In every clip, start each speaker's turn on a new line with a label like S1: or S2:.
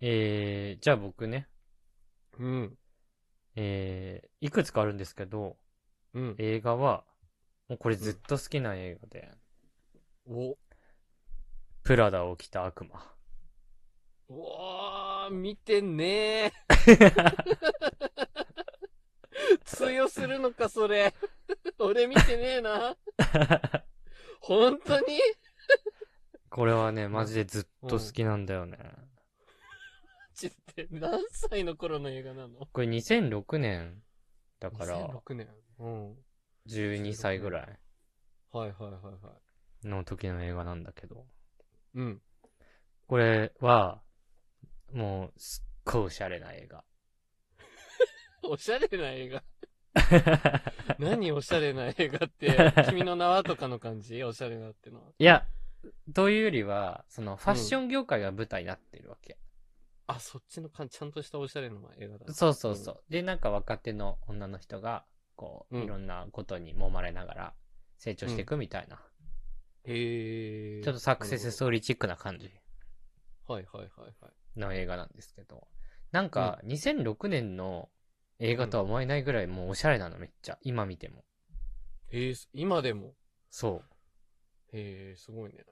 S1: えー、じゃあ僕ね、
S2: うん。
S1: えー、いくつかあるんですけど、
S2: うん。
S1: 映画は、もうこれずっと好きな映画で、
S2: お、
S1: プラダを着た悪魔。
S2: おー、見てねえ。 通用するのか、それ。俺見てねえ な。本当に
S1: これはね、マジでずっと好きなんだよね。
S2: ちって、何歳の頃の映画なの
S1: これ2006年だから、
S2: 2006年。うん。
S1: 12歳ぐらい
S2: はいはいはいはい。
S1: の時の映画なんだけど、
S2: うん。
S1: これは、もう、すっごいおしゃれな映画。
S2: おしゃれな映 画。何おしゃれな映画 って、君の名はとかの感じおしゃれなってのは。
S1: いや、というよりは、その、ファッション業界が舞台になってるわけ。
S2: あ、そっちのかん、ちゃんとしたおしゃれな映画だ。
S1: そうそうそう。で、なんか若手の女の人が、こう、
S2: うん
S1: いろんなことに揉まれながら成長していくみたいな。
S2: へえ。
S1: ちょっとサクセスストーリーチックな感じ
S2: はいはいはいはい。
S1: の映画なんですけど。なんか、2006年の映画とは思えないぐらいもうおしゃれなのめっちゃ。今見ても。
S2: えー、す今でも。
S1: そう。
S2: へえ、すごいね。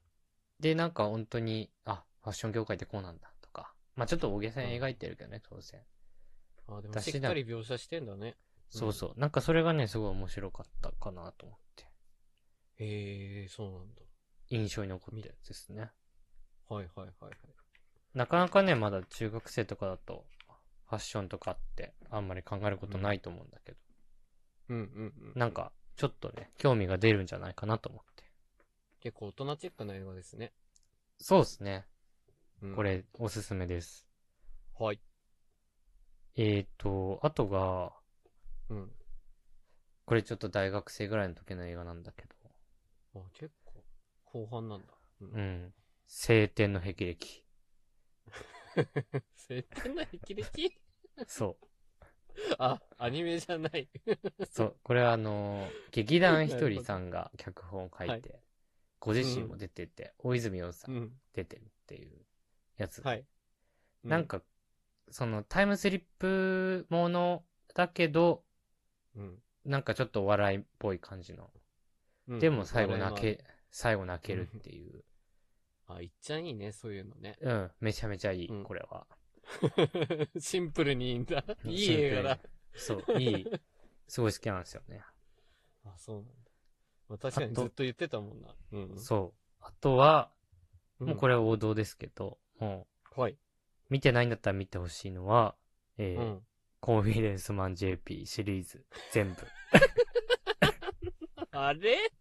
S1: で、なんか本当に、あ、ファッション業界ってこうなんだとか。まあちょっと大げさに描いてるけどね、当然。
S2: あ、でも
S1: 私
S2: し
S1: だ
S2: っかり描写してんだね。
S1: そうそう。なんかそれがね、すごい面白かったかなと思って。
S2: へえ、そうなんだ。
S1: 印象に残ってるやつですね。
S2: はいはいはいはい。
S1: なかなかね、まだ中学生とかだと、ファッションとかってあんまり考えることないと思うんだけど、
S2: うんうんうん。
S1: なんか、ちょっとね、興味が出るんじゃないかなと思って。
S2: 結構大人チックな映画ですね。
S1: そうですね。
S2: うん
S1: こ。れ、おすすめです。
S2: はい。
S1: えーと、あとが、
S2: うん。
S1: これちょっと大学生ぐらいの時の映画なんだけど、
S2: あ、結構、後半なんだ。う。
S1: うんん。晴天の霹靂。
S2: 絶対な霹靂
S1: そ
S2: あ、アニメじゃない。
S1: う。そう。これはあのー、劇団ひとりさんが脚本を書
S2: はいい
S1: て、ご自身も出てて、大泉洋さ
S2: うんん。
S1: 出てるっていうやつ。
S2: はい。
S1: なん、か、そのタイムスリップものだけど、
S2: うん。
S1: なんかちょっとお笑いっぽい感じの。
S2: うん
S1: でも最後泣。
S2: 笑い
S1: け、最後泣けるっていう。
S2: のある、いっちゃいいね、そういうのね。
S1: うん、めちゃめちゃいい、
S2: うん
S1: これは。
S2: シンプルにいいんだ。いい映画だ。
S1: シンプル に。そう、いい。すごい好きなんですよね。
S2: あ、そうなんだ。まあ、確かにずっと言ってたもんな。うん。
S1: そう。あとは、もうこ
S2: れ。
S1: れは王道ですけど、も
S2: はい。
S1: う、見てないんだったら見てほしいのは、えー
S2: うん。
S1: コンフィデンスマン JP シリーズ、全部。
S2: あれ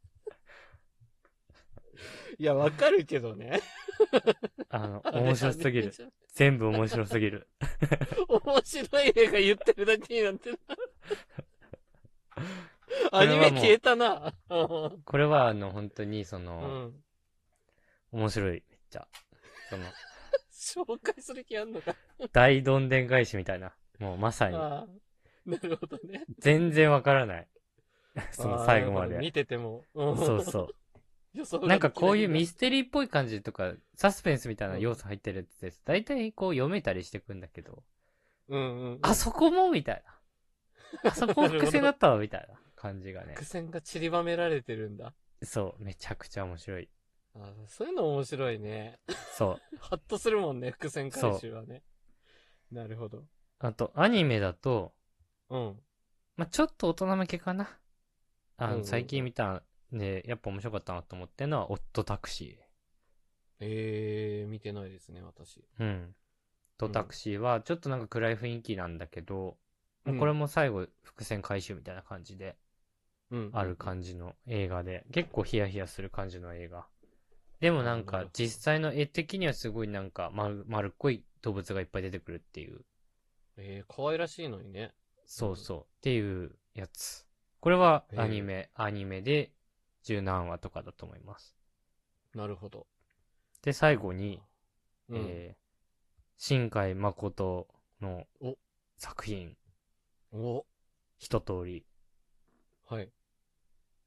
S2: いや、わかるけどね。
S1: あの、
S2: あれ
S1: 面白すぎる。。全部面白すぎる。
S2: あれ面白い映画言ってるだけになってる。アニメ消えたな。う
S1: これは、あの、本当に、その、
S2: ん。
S1: 面白い、めっちゃ。その、
S2: 紹介する気あんのか。
S1: 大どんでん返しみたいな。もうまさに、
S2: あーなるほどね。
S1: 全然わからない。 その最後ま
S2: あーなるほど見
S1: で。
S2: てても。うん
S1: そう そ
S2: 予想ができ
S1: う。
S2: な
S1: なんかこういうミ
S2: ス。
S1: ステリーっぽい感じとか、サスペンスみたいな要素入ってるって、大体こう読めたりしてくんだけど、
S2: うんうんうん。
S1: あそこもみたいな。あそこも伏線だったわ、みたいな感じがね
S2: 伏。線が散りばめられてるんだ。
S1: そう、めちゃくちゃ面白い。
S2: あーそういうの面白いね。
S1: そう。
S2: ハッとするもんね、伏線回収はね。なるほど。
S1: あと、アニメだと、
S2: うん。
S1: まあ、ちょっと大人向けかな。あ
S2: うんうんう
S1: の、
S2: ん
S1: 最近見た、ね、やっぱ面白かったなと思ってるのは、オットタクシ
S2: えー、見てないですね、私。
S1: ー。うん。オットタクシーは、ちょっとなんか暗い雰囲気なんだけど、
S2: うん
S1: まあこれも最後、伏線回収みたいな感じで、
S2: うん
S1: ある感じの映画で、結構ヒヤヒヤする感じの映画。でもなん
S2: あなる
S1: か
S2: ほ、ど
S1: 実際の絵的にはすごいなんか丸、丸っこい動物がいっぱい出てくるっていう、
S2: えー、可愛らしいのにね。
S1: そうそう、っていうやつ。これは
S2: へー
S1: アニメ、アニメで十何話とかだと思います。
S2: なるほど。
S1: で、最後に、
S2: うん。
S1: えー新海誠の
S2: お
S1: 作品、
S2: お、
S1: 一通り、
S2: はい。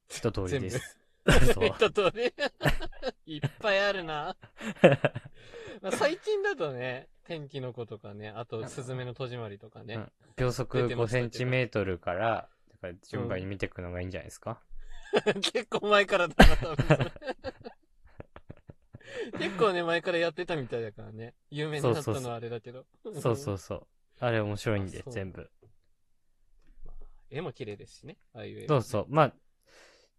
S1: 一通り
S2: 全
S1: で
S2: 部
S1: す。
S2: そういった通り。 いっぱいあるな。まあ最近だとね、天気の子とかね、あと、すずめの戸締まりとかね。
S1: うん秒速
S2: 出てま
S1: 5
S2: した
S1: セ
S2: けど
S1: ンチメートルから、だから順番に見ていくのがいいんじゃないですか、
S2: 結構前からだな、多分 それ結構ね、前からやってたみたいだからね。有名になった
S1: そうそう
S2: の
S1: そう
S2: はあれだけど。
S1: そうそうそう。あれ面白いん
S2: あ
S1: で
S2: そ、う
S1: 全部。
S2: 絵も綺麗ですしね。ああいう絵も。
S1: そうそう。まあ、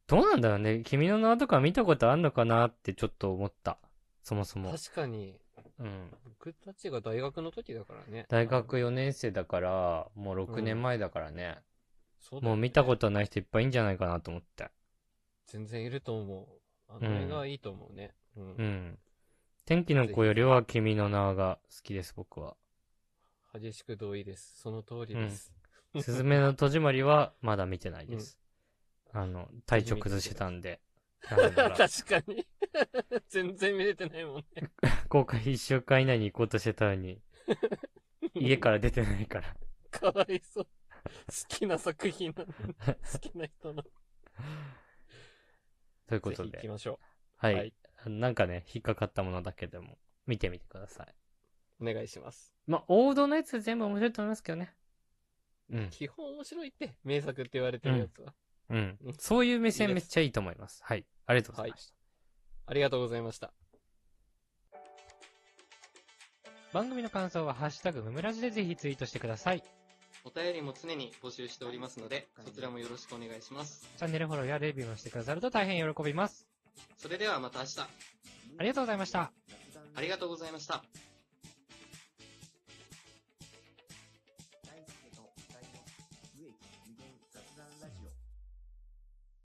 S1: どうなんだろうね。君の名はとか見たことあんのかなってちょっと思った。そもそも。
S2: 確かに、
S1: うん。
S2: 僕たちが大学の時だからね。
S1: 大学4年生だから、もう6年前だからね。
S2: そうだよ
S1: もう
S2: ね
S1: 見たことない人いっぱいいんじゃないかなと思って。
S2: 全然いると思う。あの絵がいいと思うね。うん
S1: うん。天気の子よりは君の名が好きです、僕は。
S2: 激しく同意です。その通りです。
S1: すずめの戸締まりはまだ見てないです。あの、体調崩してたんで。なぜな
S2: 確
S1: ら、
S2: かに。 全然見れてないもんね。
S1: 公開1週間以内に行こうとしてたのに、家から出てないから。
S2: かわいそう。好きな作品なの に。好きな人の。
S1: というこ
S2: ぜひ
S1: と
S2: 行き
S1: で、
S2: ましょ
S1: は
S2: う。
S1: い。。なんかね、引っかかったものだけでも、見てみてください。
S2: お願いします。
S1: まあ、王道のやつ全部面白いと思いますけどね。うん。
S2: 基本面白いって、名作って言われてるやつは。
S1: うん
S2: うん。
S1: そういう目
S2: い
S1: 線
S2: い
S1: め
S2: で
S1: っ
S2: す
S1: ちゃいいと思います。はい。ありがとうございました。
S2: ありがとうございました。
S1: 番組の感想は、ハッシュタグムムラジでぜひツイートしてください。
S2: お便りも常に募集しておりますので、そちらもよろしくお願いします。
S1: チャンネルフォローやレビューもしてくださると大変喜びます。
S2: それではまた明日、
S1: ありがとうございました。
S2: ありがとうございました。